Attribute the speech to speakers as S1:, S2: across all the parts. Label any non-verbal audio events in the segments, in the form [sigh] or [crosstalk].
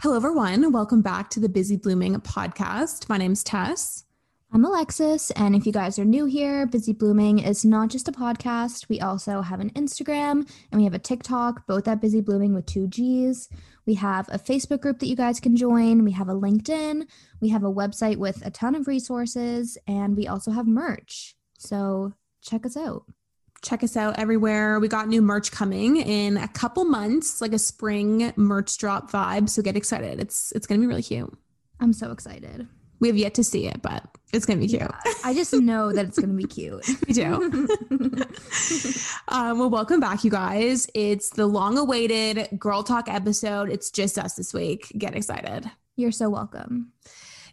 S1: Hello, everyone. Welcome back to the Busy Blooming podcast. My name's Tess.
S2: I'm Alexis, and if you guys are new here, Busy Blooming is not just a podcast. We also have an Instagram and we have a TikTok, both at Busy Blooming with two G's. We have a Facebook group that you guys can join. We have a LinkedIn. We have a website with a ton of resources, and we also have merch. So check us out.
S1: Check us out everywhere. We got new merch coming in a couple months, like a spring merch drop vibe. So get excited. It's it's gonna be really cute.
S2: I'm so excited.
S1: We have yet to see it, but it's gonna be cute.
S2: I just know that it's going to be cute.
S1: We do. [laughs] um, well, welcome back, you guys. It's the long-awaited girl talk episode. It's just us this week. Get excited.
S2: [laughs] You're so welcome.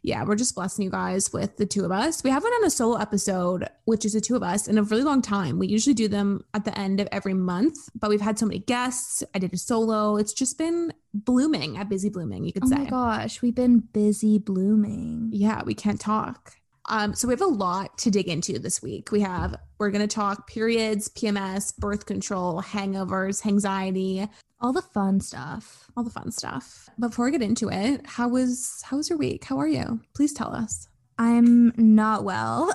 S1: yeah, we're just blessing you guys with the two of us. We haven't done a solo episode, which is the two of us, in a really long time. We usually do them at the end of every month, but we've had so many guests. I did a solo. It's just been blooming at Busy Blooming, you could
S2: Oh
S1: say.
S2: my gosh, we've been busy blooming.
S1: Yeah, we can't talk. Um, so we have a lot to dig into this week. We have we're gonna talk periods, PMS, birth control, hangovers, anxiety,
S2: All the fun stuff.
S1: all the fun stuff. Before I get into it, how was how was your week? How are you? Please tell us.
S2: I'm not well.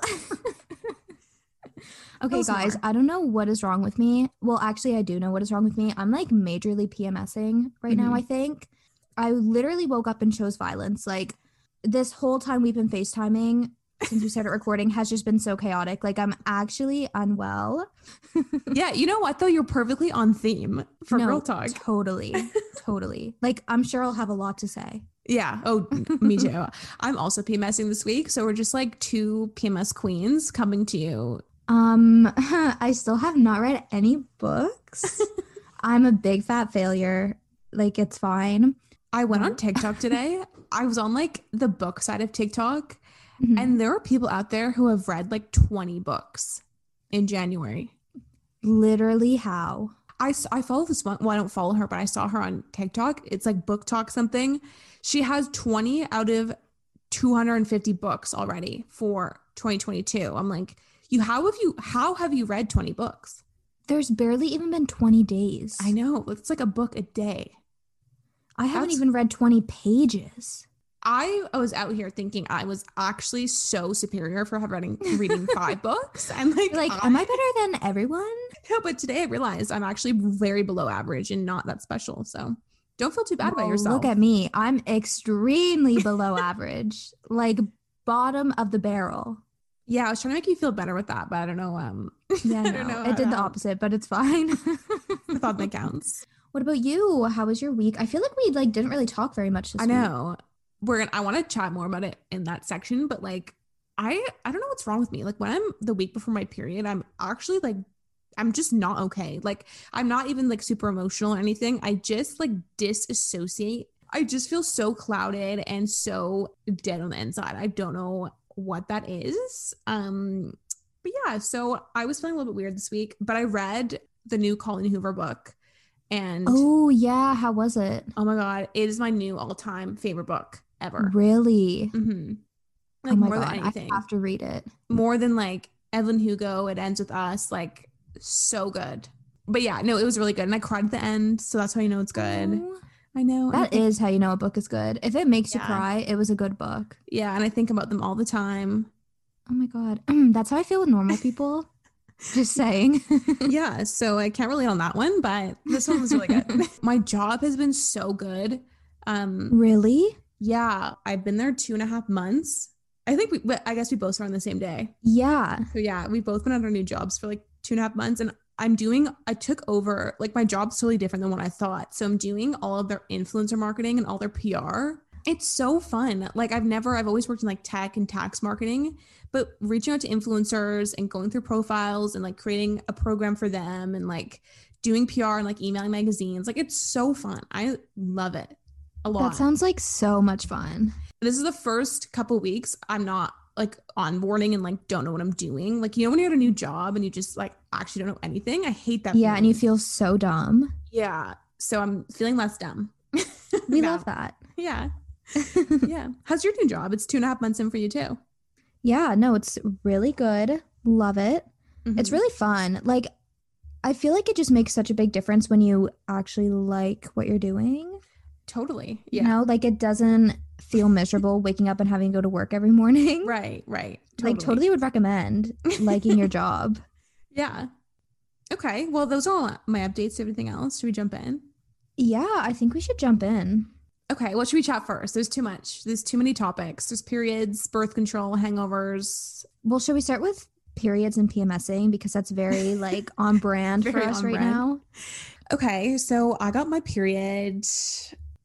S2: okay,
S1: us
S2: guys,
S1: more.
S2: I don't know what is wrong with me. Well, actually, I do know what is wrong with me. I'm like majorly PMSing right now,
S1: Mhm.
S2: I think. I literally woke up and chose violence. Like, this whole time we've been FaceTiming since we started recording has just been so chaotic. Like, I'm actually unwell.
S1: yeah, you know what though? You're perfectly on theme for
S2: No,
S1: real talk.
S2: Totally. totally. Like, I'm sure I'll have a lot to say.
S1: Yeah. Oh, me too. I'm also PMSing this week. So we're just like two PMS queens coming to you.
S2: Um, [laughs] I still have not read any
S1: [laughs]
S2: books. I'm a big fat failure. Like it's fine.
S1: I went on
S2: Mhm.
S1: TikTok today. I was on like the book side of TikTok,
S2: Mhm.
S1: and there are people out there who have read like 20 books in January.
S2: literally how?
S1: I, s- I follow this one. Well, I don't follow her, but I saw her on TikTok. It's like book talk something. She has 20 out of 250 books already for 2022. I'm like, you how have you how have you read 20 books?
S2: There's barely even been 20 days.
S1: I know. It's like a book a day.
S2: I haven't
S1: that's-
S2: even read 20 pages.
S1: I was out here thinking I was actually so superior for having reading,
S2: [laughs]
S1: reading five books. I'm like,
S2: You're like,
S1: I-
S2: am I better than everyone?
S1: but today I realized I'm actually very below average and not that special. So don't feel too bad about
S2: Well,
S1: yourself.
S2: Look at me. I'm extremely below [laughs] average. Like bottom of the barrel.
S1: Yeah, I was trying to make you feel better with that, but I don't know. Um,
S2: [laughs] Yeah,
S1: I don't know how
S2: no, it did
S1: to
S2: the
S1: help.
S2: opposite, but it's fine.
S1: I thought that counts.
S2: [laughs] what about you? How was your week? I feel like we like didn't really talk very much this
S1: I
S2: week.
S1: know. We're gonna. I want to chat more about it in that section, but like, I I don't know what's wrong with me. Like when I'm the week before my period, I'm actually like, I'm just not okay. Like I'm not even like super emotional or anything. I just like disassociate. I just feel so clouded and so dead on the inside. I don't know what that is. Um, but yeah. So I was feeling a little bit weird this week, but I read the new Colin Hoover book, and
S2: Oh yeah, how was it?
S1: Oh my god, it is my new all-time favorite book ever.
S2: Really?
S1: hmm Like
S2: oh my
S1: more
S2: god,
S1: than anything,
S2: I have to read it.
S1: more than like Evelyn Hugo. It ends with us, like so good. But yeah, no, it was really good, and I cried at the end, so that's how you know it's good.
S2: Oh,
S1: I know and I
S2: That
S1: think-
S2: is how you know a book is good. If it makes
S1: Yeah.
S2: you cry, it was a good book.
S1: Yeah, and I think about them all the
S2: [laughs]
S1: time.
S2: Oh my god, [clears throat] that's how I feel with
S1: [laughs]
S2: normal people. Just saying. [laughs]
S1: yeah, so I can't relate on that one, but this one was really
S2: [laughs]
S1: good. my job has been so good. Um,
S2: really?
S1: yeah, I've been there two and a half months. I think we, but I guess we both started on the same day.
S2: Yeah.
S1: So yeah, we've both been at our new jobs for like two and a half months, and I'm doing. I took over like my job's totally different than what I thought. So I'm doing all of their influencer marketing and all their PR. It's so fun. Like I've never. I've always worked in like tech and tax marketing, but reaching out to influencers and going through profiles and like creating a program for them and like doing PR and like emailing magazines. Like it's so fun. I love it a lot
S2: That sounds like so much fun.
S1: this is the first couple weeks I'm not like onboarding and like don't know what I'm doing. Like you know when you're at a new job and you just like actually don't know anything. I hate that.
S2: Yeah, and you
S1: feeling.
S2: feel
S1: [laughs]
S2: so dumb.
S1: yeah. So I'm feeling less dumb.
S2: [laughs] We
S1: now.
S2: love that. [laughs]
S1: Yeah, yeah. How's your new job? It's two and a half months in for you too.
S2: yeah, no, it's really good. Love it. It's
S1: Mhm.
S2: really fun. Like I feel like it just makes such a big difference when you actually like what you're doing.
S1: Totally.
S2: You
S1: Yeah.
S2: know, like it doesn't
S1: [laughs]
S2: feel miserable waking up and having to go to work every morning.
S1: Right. Right.
S2: [laughs] Like totally
S1: [laughs]
S2: would recommend liking your job.
S1: Yeah. Okay. Well, those are all my updates. Everything else? Should we jump in?
S2: Yeah, I think we should jump in.
S1: Okay. What should we chat first? There's too much. There's too many topics. There's periods, birth control, hangovers.
S2: Well, should we start with periods and PMSing because that's very like
S1: [laughs]
S2: on brand for
S1: Very
S2: us
S1: on
S2: right
S1: brand.
S2: now?
S1: Okay. So I got my period.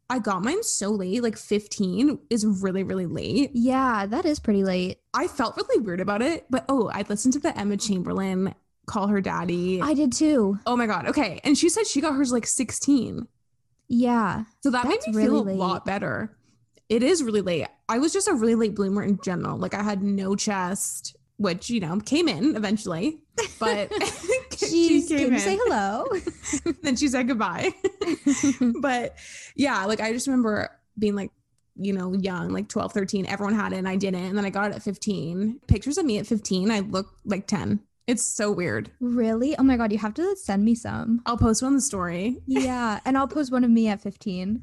S1: I got mine so late, like 15 is really, really late.
S2: Yeah, that is pretty late.
S1: I felt really weird about it, but oh, I listened to the Emma Chamberlain call her daddy.
S2: I did too.
S1: oh my god. Okay. And she said she got hers like 16.
S2: Yeah.
S1: So that
S2: That's
S1: made me
S2: really
S1: feel
S2: late.
S1: a lot better. It is really late. I was just a really late bloomer in general. Like I had no chest, which you know came in eventually,
S2: [laughs]
S1: but [laughs] [laughs]
S2: Jeez,
S1: she
S2: did
S1: came
S2: you
S1: in.
S2: say
S1: [laughs]
S2: hello?
S1: then she said goodbye. [laughs] but yeah, like I just remember being like, you know, young, like 12, 13, everyone had it and I didn't. And then I got it at 15. Pictures of me at 15, I look like 10. It's so weird.
S2: really? Oh my god, you have to send me some.
S1: [laughs] I'll post one on the story.
S2: Yeah, and I'll post one of me at 15.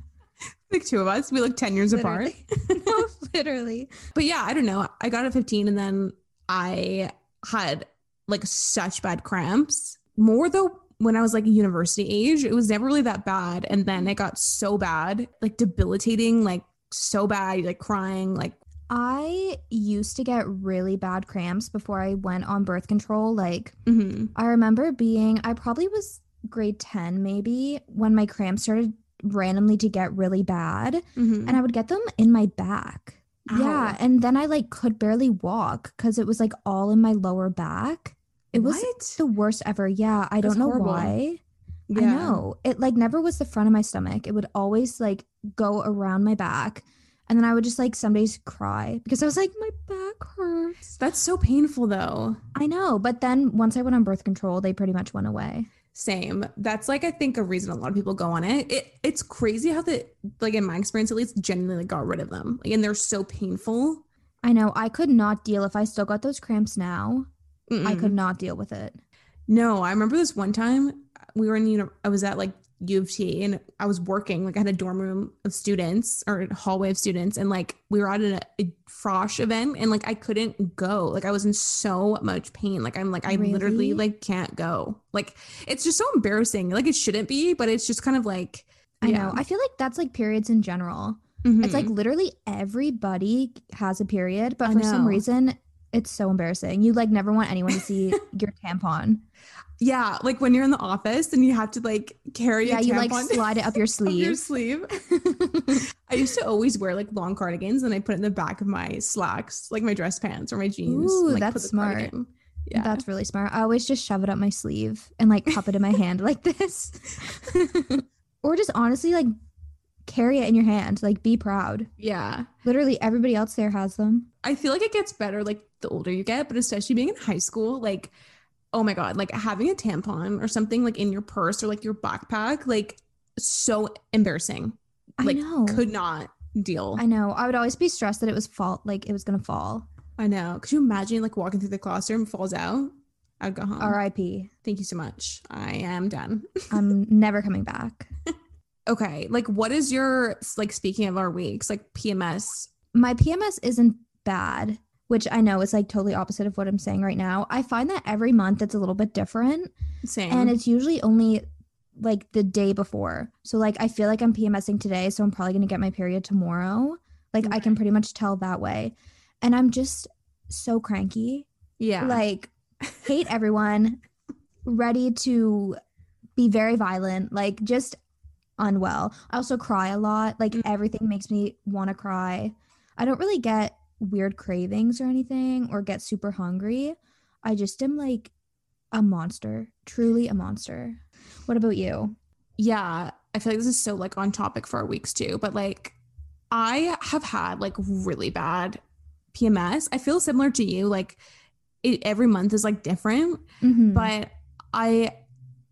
S1: Like two of us, we look 10 years apart.
S2: Literally. [laughs] No, Literally.
S1: But yeah, I don't know. I got it at 15 and then I had like such bad cramps. More though when I was like university age, it was never really that bad. And then it got so bad, like debilitating, like so bad, like crying, like
S2: I used to get really bad cramps before I went on birth control. Like,
S1: mhm.
S2: I remember being, I probably was grade 10 maybe when my cramps started randomly to get really bad
S1: Mhm.
S2: and I would get them in my back. Yeah,
S1: Ow.
S2: and then I like could barely walk cuz it was like all in my lower back. It was
S1: What?
S2: the worst ever. Yeah, I
S1: That's
S2: don't know
S1: horrible.
S2: why. I
S1: Yeah.
S2: know. It like never was the front of my stomach. It would always like go around my back. And then I would just like some days cry because I was like, my back hurts.
S1: That's so painful though.
S2: I know. But then once I went on birth control, they pretty much went away.
S1: Same. That's like I think a reason a lot of people go on it. It it's crazy how the like in my experience at least genuinely got rid of them. Like, and they're so painful.
S2: I know. I could not deal. If I still got those cramps now, I
S1: Mm-mm.
S2: could not deal with it.
S1: No, I remember this one time we were in uni- I was at like U of T and I was working like I had a dorm room of students or a hallway of students and like we were at a, a frosh event and like I couldn't go like I was in so much pain like I'm like I
S2: Really?
S1: literally like can't go like it's just so embarrassing like it shouldn't be but it's just kind of like
S2: I know. I feel like that's like periods in general. It's like literally everybody has a period, but
S1: Mm-hmm. I
S2: for some
S1: know.
S2: reason, it's so embarrassing. You like never want anyone
S1: [laughs]
S2: to see your tampon.
S1: yeah like when you're in the office and you have to like carry
S2: Yeah,
S1: a
S2: you like
S1: tampon
S2: slide it up your
S1: [laughs] up your
S2: sleeve.
S1: sleeve
S2: [laughs]
S1: I used to always wear like long cardigans and I put it in the back of my slacks, like my dress pants or my jeans.
S2: Ooh,
S1: and, like,
S2: that's
S1: the
S2: smart.
S1: cardigan. Yeah.
S2: That's really smart. I always just shove it up my sleeve and like cup it in my hand like
S1: [laughs]
S2: this. or just honestly like carry it in your hand. Like be proud.
S1: yeah.
S2: Literally everybody else there has them.
S1: I feel like it gets better like the older you get, but especially being in high school, like, oh my God, like having a tampon or something like in your purse or like your backpack, like so embarrassing.
S2: I
S1: Like,
S2: know.
S1: Could not deal.
S2: I know. I would always be stressed that it was fault like it was gonna fall.
S1: I know. Could you imagine like walking through the classroom, falls out? I'd go home.
S2: R.I.P.
S1: Thank you so much. I am done.
S2: I'm never coming back.
S1: Okay. Like, what is your, like, speaking of our weeks, like PMS,
S2: my PMS isn't bad, which I know is like totally opposite of what I'm saying right now. I find that every month it's a little bit different
S1: same.
S2: and it's usually only like the day before. So like I feel like I'm PMSing today, so I'm probably going to get my period tomorrow. Like I can pretty much tell that way. And I'm just so cranky.
S1: Yeah.
S2: Like hate everyone, ready to be very violent, like just unwell. I also cry a lot. Like
S1: Mm.
S2: everything makes me want to cry. I don't really get weird cravings or anything or get super hungry. I just am like a monster, truly a monster. What about you?
S1: yeah. I feel like this is so like on topic for our weeks too, but like I have had like really bad PMS. I feel similar to you. Like it, every month is like different,
S2: Mhm.
S1: but I,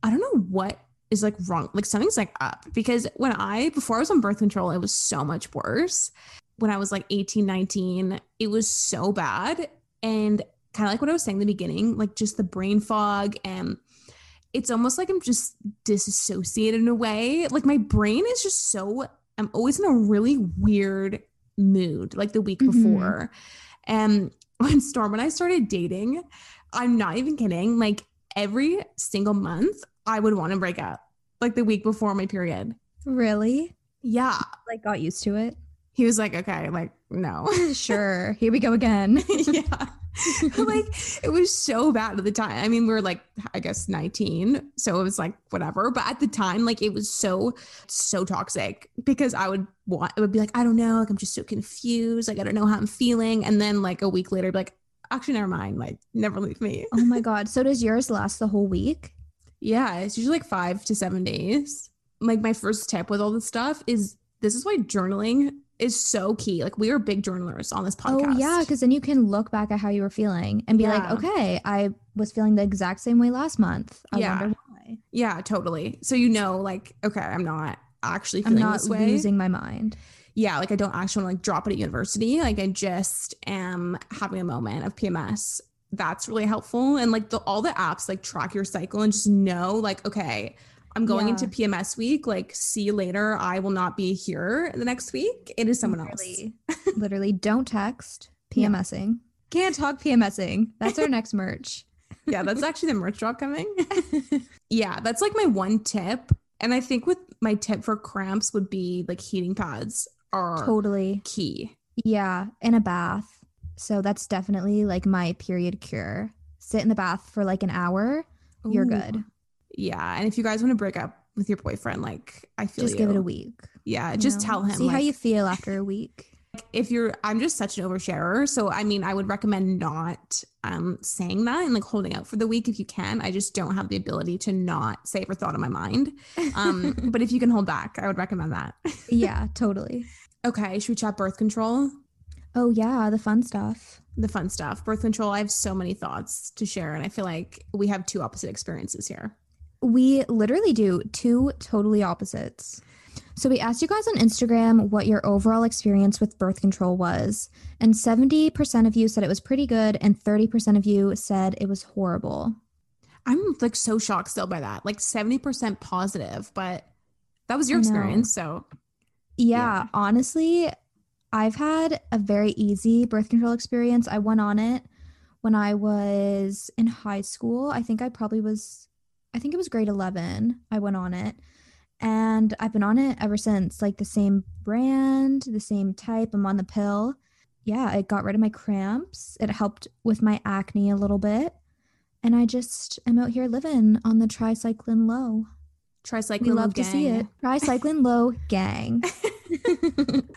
S1: I don't know what is like wrong. Like something's like up because when I, before I was on birth control, it was so much worse. When I was like 18, 19, it was so bad. And kind of like what I was saying in the beginning, like just the brain fog and it's almost like I'm just disassociated in a way. Like my brain is just so I'm always in a really weird mood, like the week
S2: Mhm.
S1: before. And [laughs] when Storm and I started dating, I'm not even kidding. Like every single month, I would want to break up. Like the week before my period.
S2: Really?
S1: Yeah.
S2: Like got used to it?
S1: He was like, okay, like, no.
S2: [laughs] Sure. Here we go [laughs] again.
S1: [laughs] yeah. like it was so bad at the time. I mean, we were like, I guess 19. So it was like, whatever. But at the time, like it was so, so toxic because I would want, it would be like, I don't know. Like I'm just so confused. Like I don't know how I'm feeling. And then like a week later, I'd be like, actually, never mind. Like never leave me.
S2: Oh my god. So does yours last the whole week?
S1: Yeah. It's usually like five to seven days. Like my first tip with all this stuff is this is why journaling is so key. Like we are big journalers on this podcast.
S2: Oh yeah, because then you can look back at how you were feeling and be like,
S1: Yeah.
S2: okay, I was feeling the exact same way last month. I
S1: Yeah.
S2: wonder why.
S1: Yeah, totally. So you know, like, okay, I'm not actually
S2: I'm
S1: feeling
S2: not
S1: this way.
S2: losing my mind.
S1: yeah, like I don't actually want to like drop it at university. Like I just am having a moment of PMS. That's really helpful. And like the all the apps like track your cycle and just know, like, okay, I'm going
S2: Yeah.
S1: into PMS week. Like, see you later. I will not be here the next week. It is someone else.
S2: literally, [laughs] literally don't text.
S1: [laughs] Yeah.
S2: PMSing. Can't talk PMSing.
S1: [laughs]
S2: That's our next merch.
S1: yeah, that's actually the merch drop
S2: [laughs]
S1: coming. yeah, that's like my one tip. And I think with my tip for cramps would be like heating pads are
S2: Totally.
S1: key.
S2: Yeah, in a bath. So that's definitely like my period cure. Sit in the bath for like an hour. You're
S1: Ooh.
S2: good.
S1: Yeah, and if you guys want to break up with your boyfriend, like I feel
S2: Just
S1: you.
S2: give it a week.
S1: Yeah,
S2: you
S1: just
S2: know?
S1: tell him.
S2: See how
S1: like,
S2: you feel after
S1: [laughs]
S2: a week.
S1: if you're. I'm just such an oversharer, so I mean, I would recommend not um saying that and like holding out for the week if you can. I just don't have the ability to not say every thought in my mind.
S2: [laughs]
S1: Um, but if you can hold back, I would recommend that.
S2: yeah, totally.
S1: [laughs] okay, should we chat birth control?
S2: Oh yeah, the fun stuff.
S1: The fun stuff. Birth control. I have so many thoughts to share, and I feel like we have two opposite experiences here.
S2: We literally do two totally opposites. So we asked you guys on Instagram what your overall experience with birth control was, and 70% of you said it was pretty good and 30% of you said it was horrible.
S1: I'm like so shocked still by that. Like 70% positive, but that was
S2: I
S1: your
S2: know.
S1: experience. So
S2: Yeah,
S1: Yeah.
S2: honestly, I've had a very easy birth control experience. I went on it when I was in high school. I think I probably was, I think it was grade 11. I went on it. And I've been on it ever since, like the same brand, the same type. I'm on the pill. Yeah, it got rid of my cramps. It helped with my acne a little bit. And I just am out here living on the tricycline low.
S1: tricycline.
S2: We love to see it.
S1: gang. [laughs]
S2: Tricycline low gang.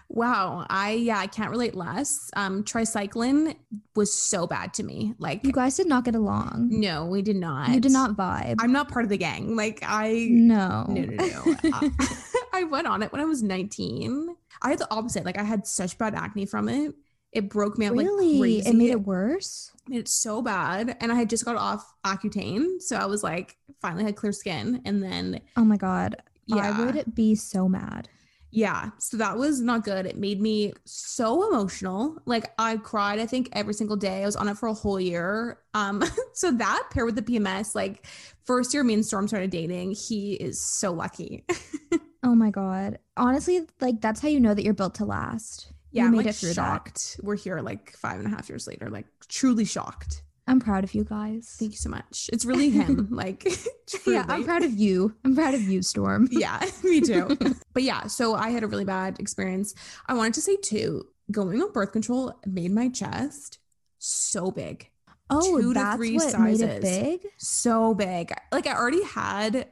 S1: Wow. I, yeah, I can't relate less. Um, tricycline was so bad to me. Like,
S2: You guys did not get along.
S1: no, we did not.
S2: You did not vibe.
S1: I'm not part of the gang. Like, I,
S2: no.
S1: no, no,
S2: [laughs]
S1: no. I, [laughs] I went on it when I was 19. I had the opposite. Like, I had such bad acne from it. It broke me up like
S2: really?
S1: crazy.
S2: it made it worse?
S1: made it so bad. And I had just got off Accutane. So I was like, finally had clear skin. And then,
S2: Oh my God.
S1: yeah.
S2: I would be so mad.
S1: yeah. So that was not good. It made me so emotional. Like I cried, I think, every single day. I was on it for a whole year. Um, [laughs] so that paired with the PMS, like first year me and Storm started dating. He is so lucky. [laughs]
S2: Oh my God. Honestly, like that's how you know that you're built to last.
S1: yeah,
S2: you
S1: I'm
S2: made
S1: like
S2: it through that.
S1: shocked. We're here like five and a half years later, like truly shocked.
S2: I'm proud of you guys.
S1: Thank you so much. It's really
S2: [laughs]
S1: him. like [laughs]
S2: Yeah, I'm
S1: truly.
S2: proud of you. I'm proud of
S1: [laughs]
S2: you, Storm.
S1: yeah, me too. but yeah, so I had a really bad experience. I wanted to say too, going on birth control made my chest so big.
S2: Oh,
S1: Two to
S2: that's
S1: three
S2: what made it
S1: sizes.
S2: big.
S1: So big. Like I already had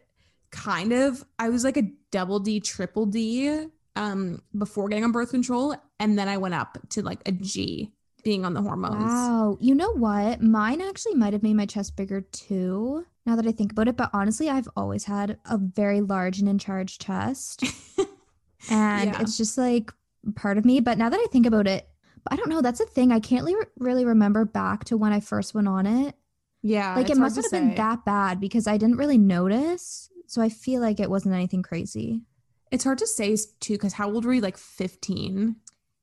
S1: kind of I was like a double D, triple D um before getting on birth control and then I went up to like a G being on the hormones.
S2: Wow. Oh, You know what? Mine actually might have made my chest bigger too, now that I think about it. But honestly, I've always had a very large and in charge
S1: [laughs]
S2: chest. and
S1: Yeah.
S2: it's just like part of me. But now that I think about it, I don't know. That's a thing. I can't le- really remember back to when I first went on it.
S1: Yeah.
S2: like, it
S1: it's hard
S2: must
S1: to
S2: not have been
S1: say.
S2: that bad because I didn't really notice. So I feel like it wasn't anything crazy.
S1: it's hard to say too, because how old were you? Like 15?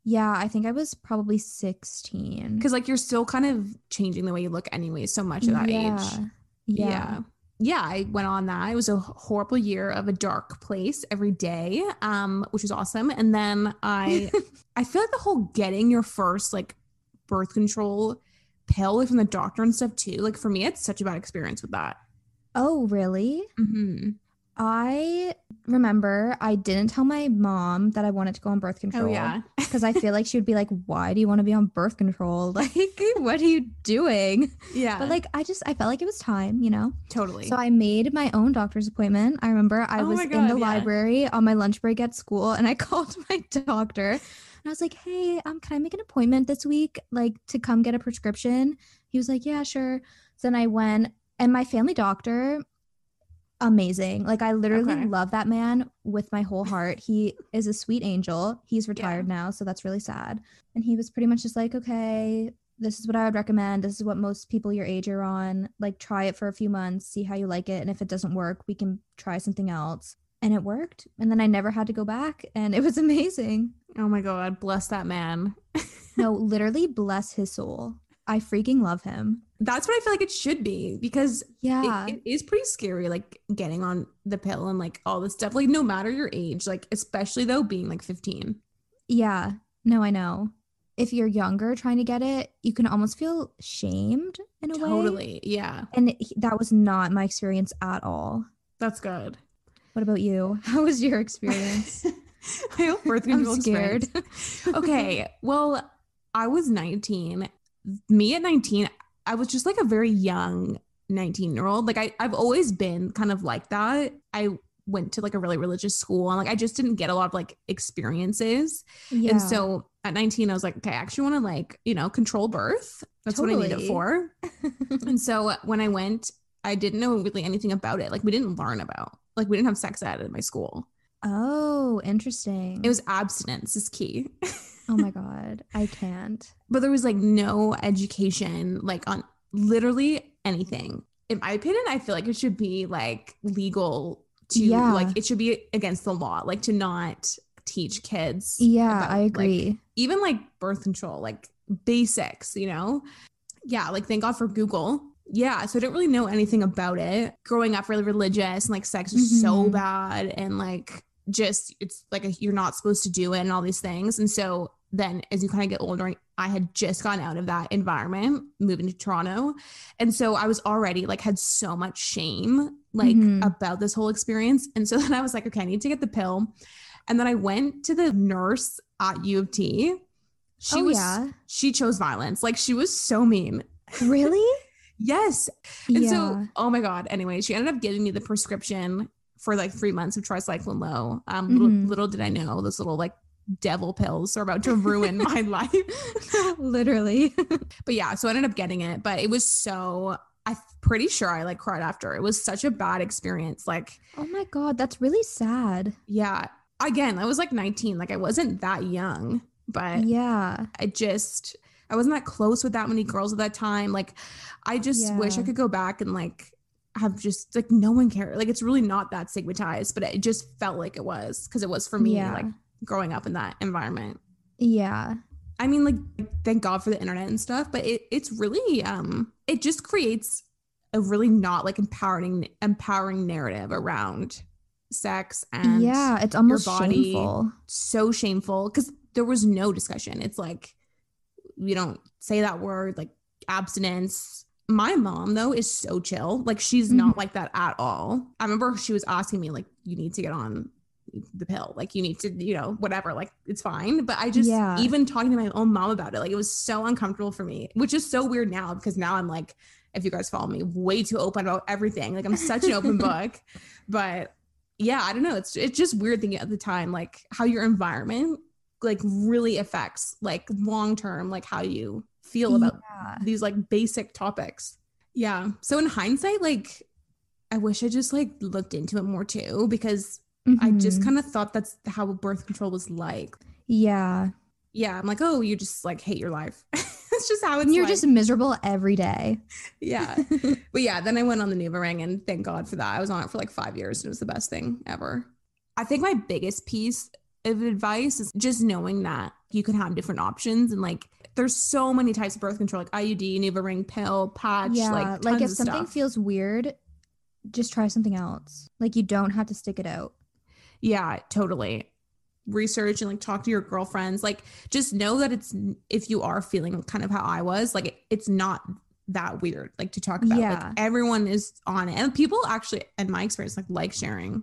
S2: Yeah, I think I was probably 16.
S1: Because like you're still kind of changing the way you look anyway, so much at that age.
S2: Yeah.
S1: Yeah. yeah, I went on that. It was a horrible year of a dark place every day, um, which was awesome. And then I, I feel like the whole getting your first like birth control pill like, from the doctor and stuff too. Like for me, it's such a bad experience with that.
S2: Oh, really?
S1: Mm-hmm.
S2: I remember I didn't tell my mom that I wanted to go on birth
S1: Oh
S2: control. [laughs]
S1: yeah,
S2: Because I feel like she would be like, why do you want to be on birth control? [laughs] Like, what are you doing?
S1: yeah,
S2: But like, I just, I felt like it was time, you know?
S1: totally.
S2: So I made my own doctor's appointment. I remember I
S1: Oh
S2: was
S1: my
S2: in the
S1: God, yeah.
S2: library on my lunch break at school and I [laughs] called my doctor and I was like, "Hey, um can I make an appointment this week like to come get a prescription?" He was like, "Yeah, sure." So then I went and my family doctor amazing. Like I literally
S1: Okay.
S2: love that man with my whole heart. He is a sweet angel. He's retired now, so that's really sad. And he was pretty much just like, "Okay, this is what I would recommend. This is what most people your age are on. Like, try it for a few months, see how you like it. And if it doesn't work, we can try something else. And it worked. And then I never had to go back. And it was [laughs] amazing.
S1: oh my god, bless that man.
S2: no, literally, bless his soul. I freaking love him.
S1: That's what I feel like it should be because it-
S2: Yeah.
S1: it is pretty scary, like getting on the pill and like all this stuff. Like no matter your age, like especially though being like fifteen.
S2: yeah. No, I know. If you're younger trying to get it, you can almost feel shamed in a way.
S1: Totally, yeah,
S2: And it, that was not my experience at all.
S1: that's good.
S2: What about you? [laughs] How was your experience?
S1: [laughs] I hope birth
S2: I'm
S1: control
S2: [laughs]
S1: scared. [laughs] okay. Well, I was 19. Me at 19, I was just like a very young 19 year old. Like I, I've always been kind of like that. I went to like a really religious school and like I just didn't get a lot of like experiences.
S2: yeah.
S1: And so at 19, I was like, okay, I actually want to like, you know, control birth. That's what I need it
S2: Totally. [laughs]
S1: for. and so when I went, I didn't know really anything about it. Like we didn't learn about like we didn't have sex ed at my school.
S2: Oh, interesting.
S1: It was abstinence is key. [laughs]
S2: Oh my god, I can't.
S1: but there was like no education like on literally anything in my opinion i feel like it should be like legal to
S2: Yeah.
S1: like it should be against the law like to not teach kids
S2: Yeah,
S1: about,
S2: I
S1: like,
S2: agree.
S1: even like birth control like basics you know yeah like thank god for google yeah so i didn't really know anything about it growing up really religious and like sex was so
S2: Mhm.
S1: bad and like just it's like a, you're not supposed to do it and all these things and so then as you kind of get older i had just gone out of that environment moving to toronto and so i was already like had so much shame like
S2: Mhm.
S1: about this whole experience and so [laughs] then i was like okay i need to get the pill and then i went to the nurse at u of t she
S2: oh
S1: was [laughs]
S2: yeah,
S1: she chose violence like she was so mean
S2: really?
S1: yes [laughs] and
S2: yeah.
S1: so oh my god anyway she ended up giving me the prescription for like three months of tricycline low um little,
S2: Mhm.
S1: little did i know those little like devil pills are about to ruin
S2: [laughs]
S1: my life [laughs]
S2: literally.
S1: but yeah, so I ended up getting it, but it was so I'm pretty sure I like cried after. It was such a bad experience. Like,
S2: oh my god, that's really sad.
S1: yeah, again, I was like 19, like I wasn't that young, but
S2: yeah.
S1: I just I wasn't that close with that many girls at that time. Like, I just wish I
S2: Yeah.
S1: could go back and like have just like no one cared. Like, it's really not that stigmatized, but it just felt like it was because it was for me,
S2: yeah.
S1: like growing up in that environment.
S2: yeah.
S1: I mean, like, thank God for the internet and stuff, but it, it's really, um, it just creates a really not like empowering, empowering narrative around sex and
S2: yeah, it's almost
S1: body-
S2: shameful.
S1: so shameful because there was no discussion. It's like, we don't say that word, like abstinence. My mom, though, is so chill. Like, she's not like that at all. I remember she was asking me, like, you need to get on the pill. Like, you need to, you know, whatever. Like, it's fine. But I just,
S2: Yeah.
S1: even talking to my own mom about it, like, it was so uncomfortable for me, which is so weird now because now I'm like, if you guys follow me, way too open about everything. Like, I'm such an open book. But yeah, I don't know. It's it's just weird thinking at the time, like how your environment like really affects like long term, like how you feel about
S2: Yeah.
S1: these like basic topics. Yeah. So in hindsight, like I wish I just like looked into it more too, because I just
S2: Mhm.
S1: kind of thought that's how birth control was like.
S2: Yeah.
S1: Yeah, I'm like, oh, you just like hate your life. [laughs] it's just how it's
S2: You're
S1: like.
S2: just miserable every day.
S1: [laughs] yeah. but yeah, then I went on the Nuva Ring and thank God for that. I was on it for like five years and it was the best thing ever. I think my biggest piece of advice is just knowing that you can have different options and like there's so many types of birth control, like IUD, Nuva Ring, pill, patch,
S2: yeah.
S1: like,
S2: Like,
S1: tons
S2: if
S1: of
S2: something
S1: stuff.
S2: feels weird, just try something else. Like you don't have to stick it out.
S1: Yeah, totally. Research and like talk to your girlfriends. Like just know that it's if you are feeling kind of how I was, like it, it's not that weird like to talk about.
S2: Yeah.
S1: Like everyone is on it. And people actually in my experience like like sharing.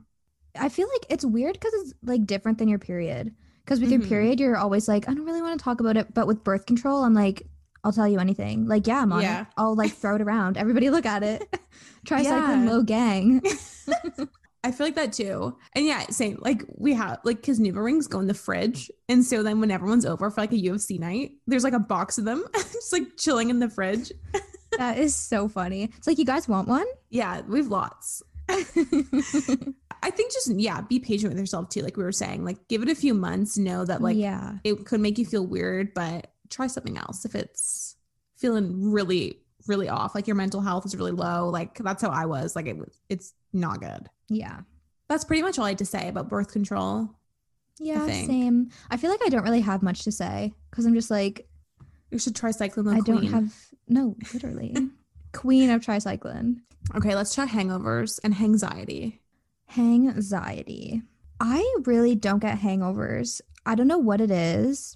S2: I feel like it's weird because it's like different than your period. Because with
S1: Mhm.
S2: your period, you're always like, I don't really want to talk about it. But with birth control, I'm like, I'll tell you anything. Like, yeah, I'm on
S1: Yeah.
S2: it. I'll like throw it around. Everybody look at it.
S1: [laughs]
S2: Try cycling
S1: Yeah.
S2: low gang. [laughs]
S1: I feel like that too. And yeah, same. Like we have like because Nuva rings go in the fridge. And so then when everyone's over for like a UFC night, there's like a box of them [laughs] just like chilling in the fridge.
S2: that is so funny. It's like, you guys want one?
S1: Yeah, we've
S2: [laughs]
S1: lots. I think just yeah, be patient with yourself too. Like we were saying, like give it a few months. Know that like
S2: yeah.
S1: it could make you feel weird, but try something else if it's feeling really, really off. Like your mental health is really low. Like that's how I was. Like it was. It's not good.
S2: Yeah.
S1: That's pretty much all I had to say about birth control.
S2: Yeah.
S1: think.
S2: same. I feel like I don't really have much to say because I'm just like,
S1: You should try cycling.
S2: I don't have, no,
S1: [laughs]
S2: literally. queen of tricycling.
S1: Okay, let's try hangovers and anxiety.
S2: Hangxiety. I really don't get hangovers. I don't know what it is.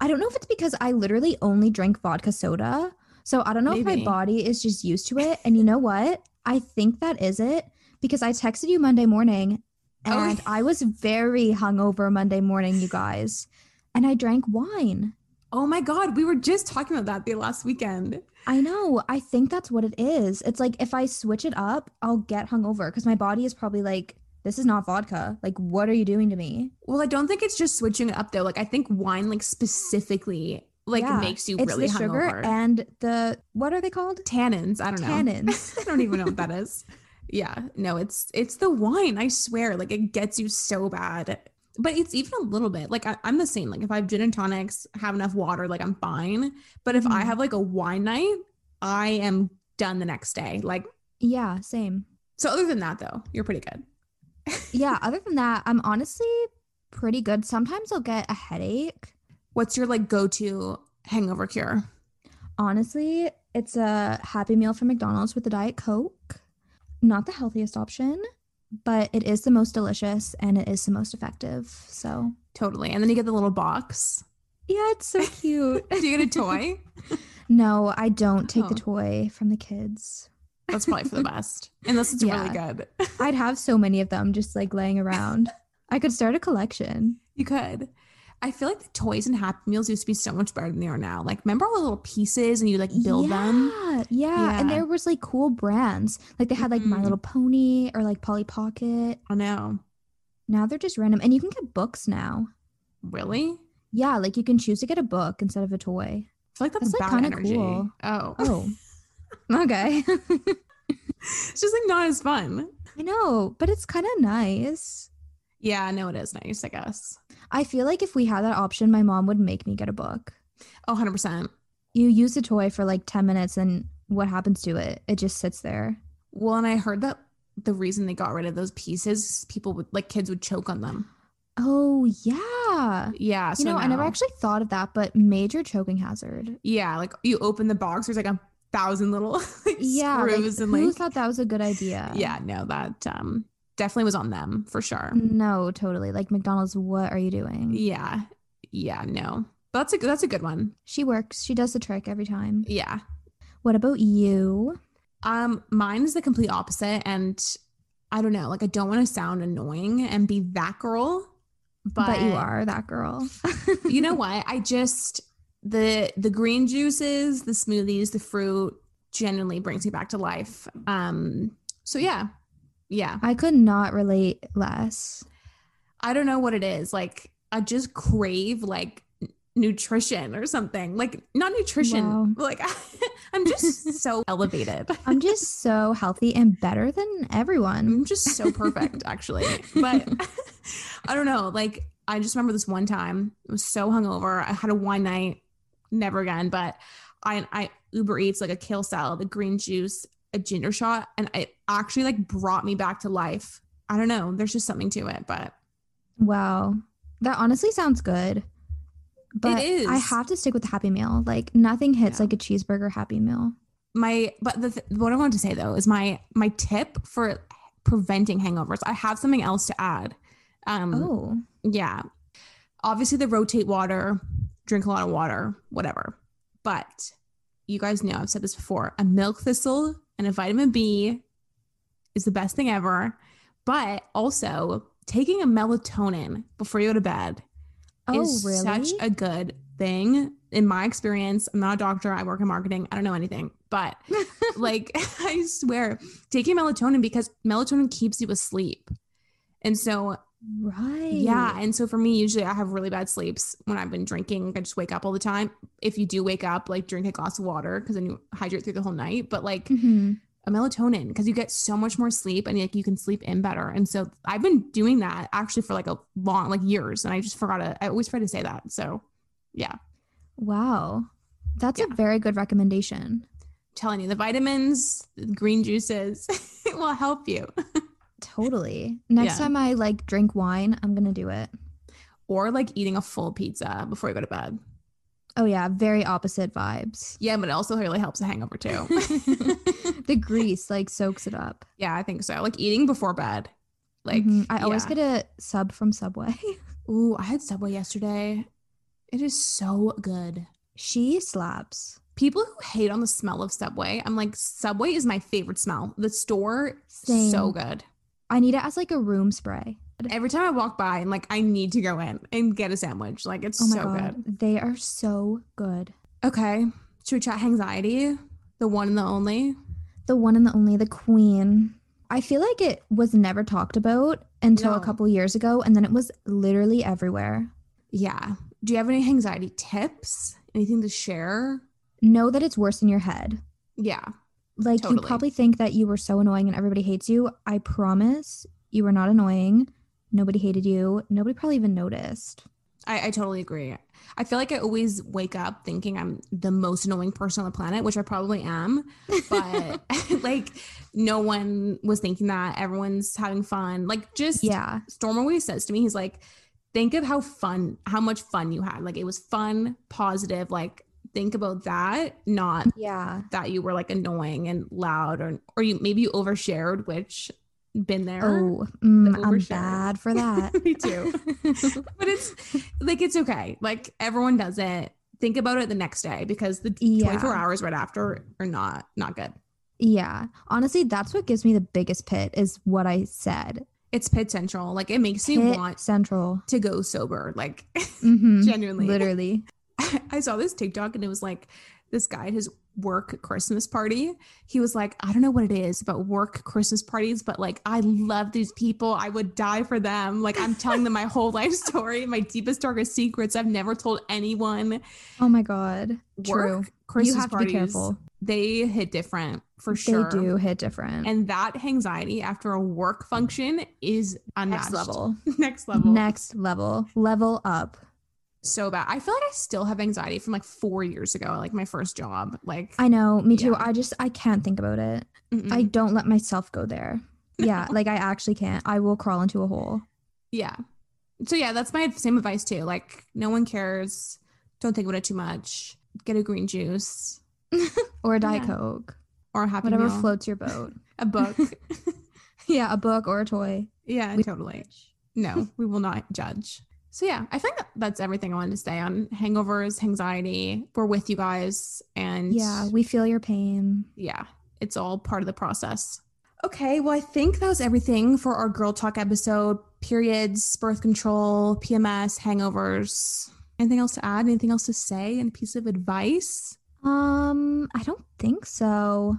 S2: I don't know if it's because I literally only drink vodka soda. So I don't know if
S1: Maybe.
S2: my body is just used to it. And you know what? I think that is it because I texted you Monday morning
S1: Oh.
S2: and
S1: [laughs]
S2: I was very hungover Monday morning, you guys. And I drank wine.
S1: Oh my god, we were just talking about that the last weekend.
S2: I know. I think that's what it is. It's like if I switch it up, I'll get hungover because my body is probably like, this is not vodka. Like, what are you doing to me?
S1: Well, I don't think it's just switching it up though. Like I think wine, like specifically, like
S2: Yeah,
S1: makes you
S2: It's
S1: really
S2: the sugar
S1: hungover.
S2: and the what are they called?
S1: Tannins, I don't know. [laughs]
S2: Tannins.
S1: I don't even know what that is. Yeah, no, it's it's the wine. I swear, like it gets you so bad. But it's even a little bit like I, I'm the same. Like if I have gin and tonics, have enough water, like I'm fine. But if I
S2: Mhm.
S1: have like a wine night, I am done the next day. Like
S2: yeah, same.
S1: so. Other than that, though, you're pretty good.
S2: Yeah, other than that, I'm honestly pretty good. Sometimes I'll get a headache.
S1: What's your like go-to hangover cure?
S2: Honestly, it's a happy meal from McDonald's with a Diet Coke. Not the healthiest option, but it is the most delicious and it is the most effective. So,
S1: Totally. And then you get the little box.
S2: yeah,
S1: [laughs]
S2: it's so cute.
S1: Do you get a toy?
S2: no, I don't take
S1: Oh.
S2: the toy from the kids.
S1: That's probably for the best. Unless it's really good. [laughs]
S2: I'd have so many of them just like laying around. I could start a collection.
S1: You could. I feel like the toys and Happy Meals used to be so much better than they are now. Like, remember all the little pieces and you like build them?
S2: Yeah, yeah. Mm-hmm. And
S1: Yeah.
S2: there was like cool brands. Like they had like My
S1: Mhm.
S2: Little Pony or like Polly Pocket.
S1: I know.
S2: Now they're just random. And you can get books now.
S1: Really? I
S2: Yeah, like you can choose to get a book instead of a toy.
S1: feel like that's,
S2: That's, like,
S1: bad
S2: kinda
S1: energy.
S2: cool.
S1: Oh.
S2: Oh. [laughs] okay.
S1: [laughs]
S2: [laughs]
S1: it's just like not as fun.
S2: I know, but it's kind of nice.
S1: Yeah, no, it is nice, I guess.
S2: I feel like if we had that option, my mom would make me get a book.
S1: Oh, 100%.
S2: You use a toy for like 10 minutes and what happens to it? It just sits there.
S1: Well, and I heard that the reason they got rid of those pieces, is people would like kids would choke on them.
S2: Oh, yeah.
S1: Yeah. So
S2: you know, I never
S1: now-
S2: actually thought of that, but major choking hazard.
S1: Yeah, like you open the box, there's like a thousand little [laughs] like,
S2: yeah like,
S1: screws and
S2: who
S1: like
S2: thought that was a good idea
S1: yeah, no, that um definitely was on them for sure.
S2: no totally like mcdonald's what are you doing
S1: Yeah, yeah, no, that's a that's a good one.
S2: she works she does the trick every time
S1: Yeah,
S2: what about you
S1: um, mine is the complete opposite, and I don't know, like I don't want to sound annoying and be that girl,
S2: but,
S1: but,
S2: you are that girl
S1: [laughs]
S2: [laughs]
S1: you know what? I just the the green juices, the smoothies, the fruit genuinely brings me back to life. Um, so yeah, yeah.
S2: i could not relate less
S1: I don't know what it is. Like I just crave like n- nutrition or something. Like not nutrition.
S2: Wow.
S1: Like [laughs] I'm just so elevated.
S2: i'm just so healthy and better than everyone
S1: I'm just so perfect actually. But [laughs] I don't know. Like I just remember this one time. I was so hungover. I had a wine night. Never again. But I I Uber Eats like a kale salad, a green juice, a ginger shot, and it actually like brought me back to life. I don't know. There's just something to it, but
S2: wow that honestly sounds good but i
S1: is.
S2: have to stick with the happy meal like nothing hits
S1: Yeah.
S2: like a cheeseburger happy meal
S1: my but the th- what I wanted to say though is my my tip for preventing hangovers. I have something else to add. Um,
S2: Oh,
S1: yeah. Obviously, they rotate water, drink a lot of water, whatever. But you guys know I've said this before a milk thistle and a vitamin B is the best thing ever. But also, taking a melatonin before you go to bed
S2: oh,
S1: is
S2: really?
S1: such a good thing. In my experience, I'm not a doctor, I work in marketing, I don't know anything,
S2: [laughs]
S1: but like [laughs] I swear, taking melatonin because melatonin keeps you asleep. And so
S2: right.
S1: yeah. And so for me, usually I have really bad sleeps when I've been drinking. Like, I just wake up all the time. If you do wake up, like drink a glass of water because then you hydrate through the whole night. But like
S2: Mhm.
S1: a melatonin because you get so much more sleep and like you can sleep in better. And so I've been doing that actually for like a long, like years. And I just forgot to, I always try to say that. So yeah,
S2: Wow. That's a very good recommendation.
S1: telling you the vitamins, the green juices, [laughs] it will help you.
S2: Totally. Next
S1: Yeah.
S2: time I like drink wine, I'm going to do it.
S1: Or like eating a full pizza before you go to bed.
S2: Oh, yeah. Very opposite vibes. [laughs]
S1: Yeah, but it also really helps a hangover too.
S2: The grease like soaks it up.
S1: Yeah, I think so. Like eating before bed. Like
S2: Mhm. I always
S1: yeah.
S2: get a sub from Subway. [laughs]
S1: Ooh, I had Subway yesterday. It is so good.
S2: she slaps.
S1: People who hate on the smell of Subway, I'm like, Subway is my favorite smell. The store, so
S2: Same.
S1: good.
S2: I need it as like a room spray.
S1: Every time I walk by, I'm like, I need to go in and get a sandwich. Like, it's
S2: Oh my
S1: so
S2: god.
S1: good.
S2: They are so good.
S1: Okay. Should we chat anxiety? The one and the only?
S2: The one and the only, the queen. I feel like it was never talked about until
S1: No.
S2: a couple years ago, and then it was literally everywhere.
S1: Yeah. Do you have any anxiety tips? Anything to share?
S2: Know that it's worse in your head.
S1: Yeah.
S2: Like
S1: Totally.
S2: you probably think that you were so annoying and everybody hates you. I promise you were not annoying. Nobody hated you. Nobody probably even noticed.
S1: I, I totally agree. I feel like I always wake up thinking I'm the most annoying person on the planet, which I probably am. But [laughs] like, no one was thinking that. Everyone's having fun. Like, just
S2: yeah.
S1: Storm always says to me, he's like, think of how fun, how much fun you had. Like, it was fun, positive. Like, think about that, not
S2: Yeah.
S1: that you were like annoying and loud, or or you maybe you overshared, which been there.
S2: Oh, mm,
S1: The
S2: I'm
S1: overshare.
S2: bad [laughs] for that.
S1: [laughs] me too. but it's like it's okay. Like everyone does it. Think about it the next day because the
S2: Yeah.
S1: 24 hours right after are not not good.
S2: yeah. Honestly, that's what gives me the biggest pit is what I said.
S1: It's pit central. Like it makes me
S2: Pit
S1: want Mm-hmm.
S2: central.
S1: to go sober. Like [laughs]
S2: hmm
S1: genuinely.
S2: Literally.
S1: [laughs] I saw this TikTok and it was like this guy at his work Christmas party. He was like, I don't know what it is about work Christmas parties, but like I love these people. I would die for them. Like I'm telling them my
S2: [laughs]
S1: whole life story, my deepest, darkest secrets. I've never told anyone.
S2: Oh my God. True.
S1: Work Christmas
S2: you have
S1: parties.
S2: to be careful.
S1: they hit different for sure.
S2: They do hit different.
S1: And that anxiety after a work function is unmatched.
S2: next level.
S1: [laughs] Next level.
S2: Next level. Level up.
S1: So bad. I feel like I still have anxiety from like four years ago, like my first job. Like,
S2: I know. Me too.
S1: Yeah. Mm-hmm.
S2: I just, I can't think about it.
S1: mm-mm.
S2: I don't let myself go there.
S1: [laughs]
S2: Yeah. Like I actually can't. I will crawl into a hole.
S1: yeah. So yeah, that's my same advice too. Like, no one cares. Don't think about it too much. Get a green juice
S2: Or a Diet
S1: Yeah.
S2: Coke.
S1: or a happy
S2: Whatever
S1: meal,
S2: floats your boat.
S1: a
S2: [laughs]
S1: book.
S2: yeah. A book or a toy.
S1: yeah,
S2: We-
S1: totally. No, we will not judge. So yeah, I think that's everything I wanted to say on hangovers, anxiety. We're with you guys, and
S2: Yeah. We feel your pain.
S1: yeah, it's all part of the process. Okay, well, I think that was everything for our girl talk episode. Periods, birth control, PMS, hangovers. Anything else to add? Anything else to say? Any piece of advice?
S2: Um, I don't think so.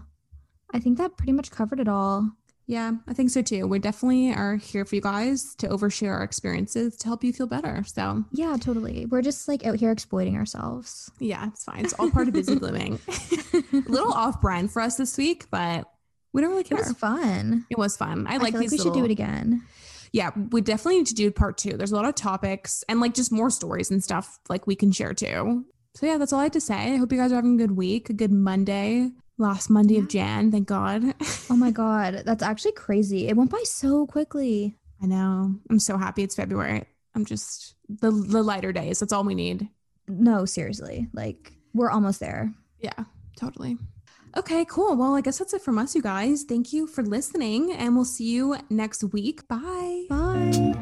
S2: I think that pretty much covered it all.
S1: Yeah, I think so too. We definitely are here for you guys to overshare our experiences to help you feel better. So
S2: Yeah, totally. We're just like out here exploiting
S1: [laughs]
S2: ourselves.
S1: yeah, it's fine. It's all part of [laughs] busy blooming. a little [laughs] off brand for us this week, but we don't really
S2: It
S1: care.
S2: was fun.
S1: It was fun. I
S2: I,
S1: like
S2: feel like
S1: these.
S2: we should do
S1: little-
S2: it again.
S1: Yeah, we definitely need to do part two. There's a lot of topics and like just more stories and stuff like we can share too. So yeah, that's all I had to say. I hope you guys are having a good week, a good Monday, last Monday of Jan. Thank God. [laughs]
S2: Oh my god, that's actually crazy. It went by so quickly.
S1: I know. I'm so happy it's February. I'm just the the lighter days. That's all we need.
S2: No, seriously. Like we're almost there.
S1: Yeah, totally. Okay, cool. Well, I guess that's it from us, you guys. Thank you for listening, and we'll see you next week. Bye.
S2: Bye.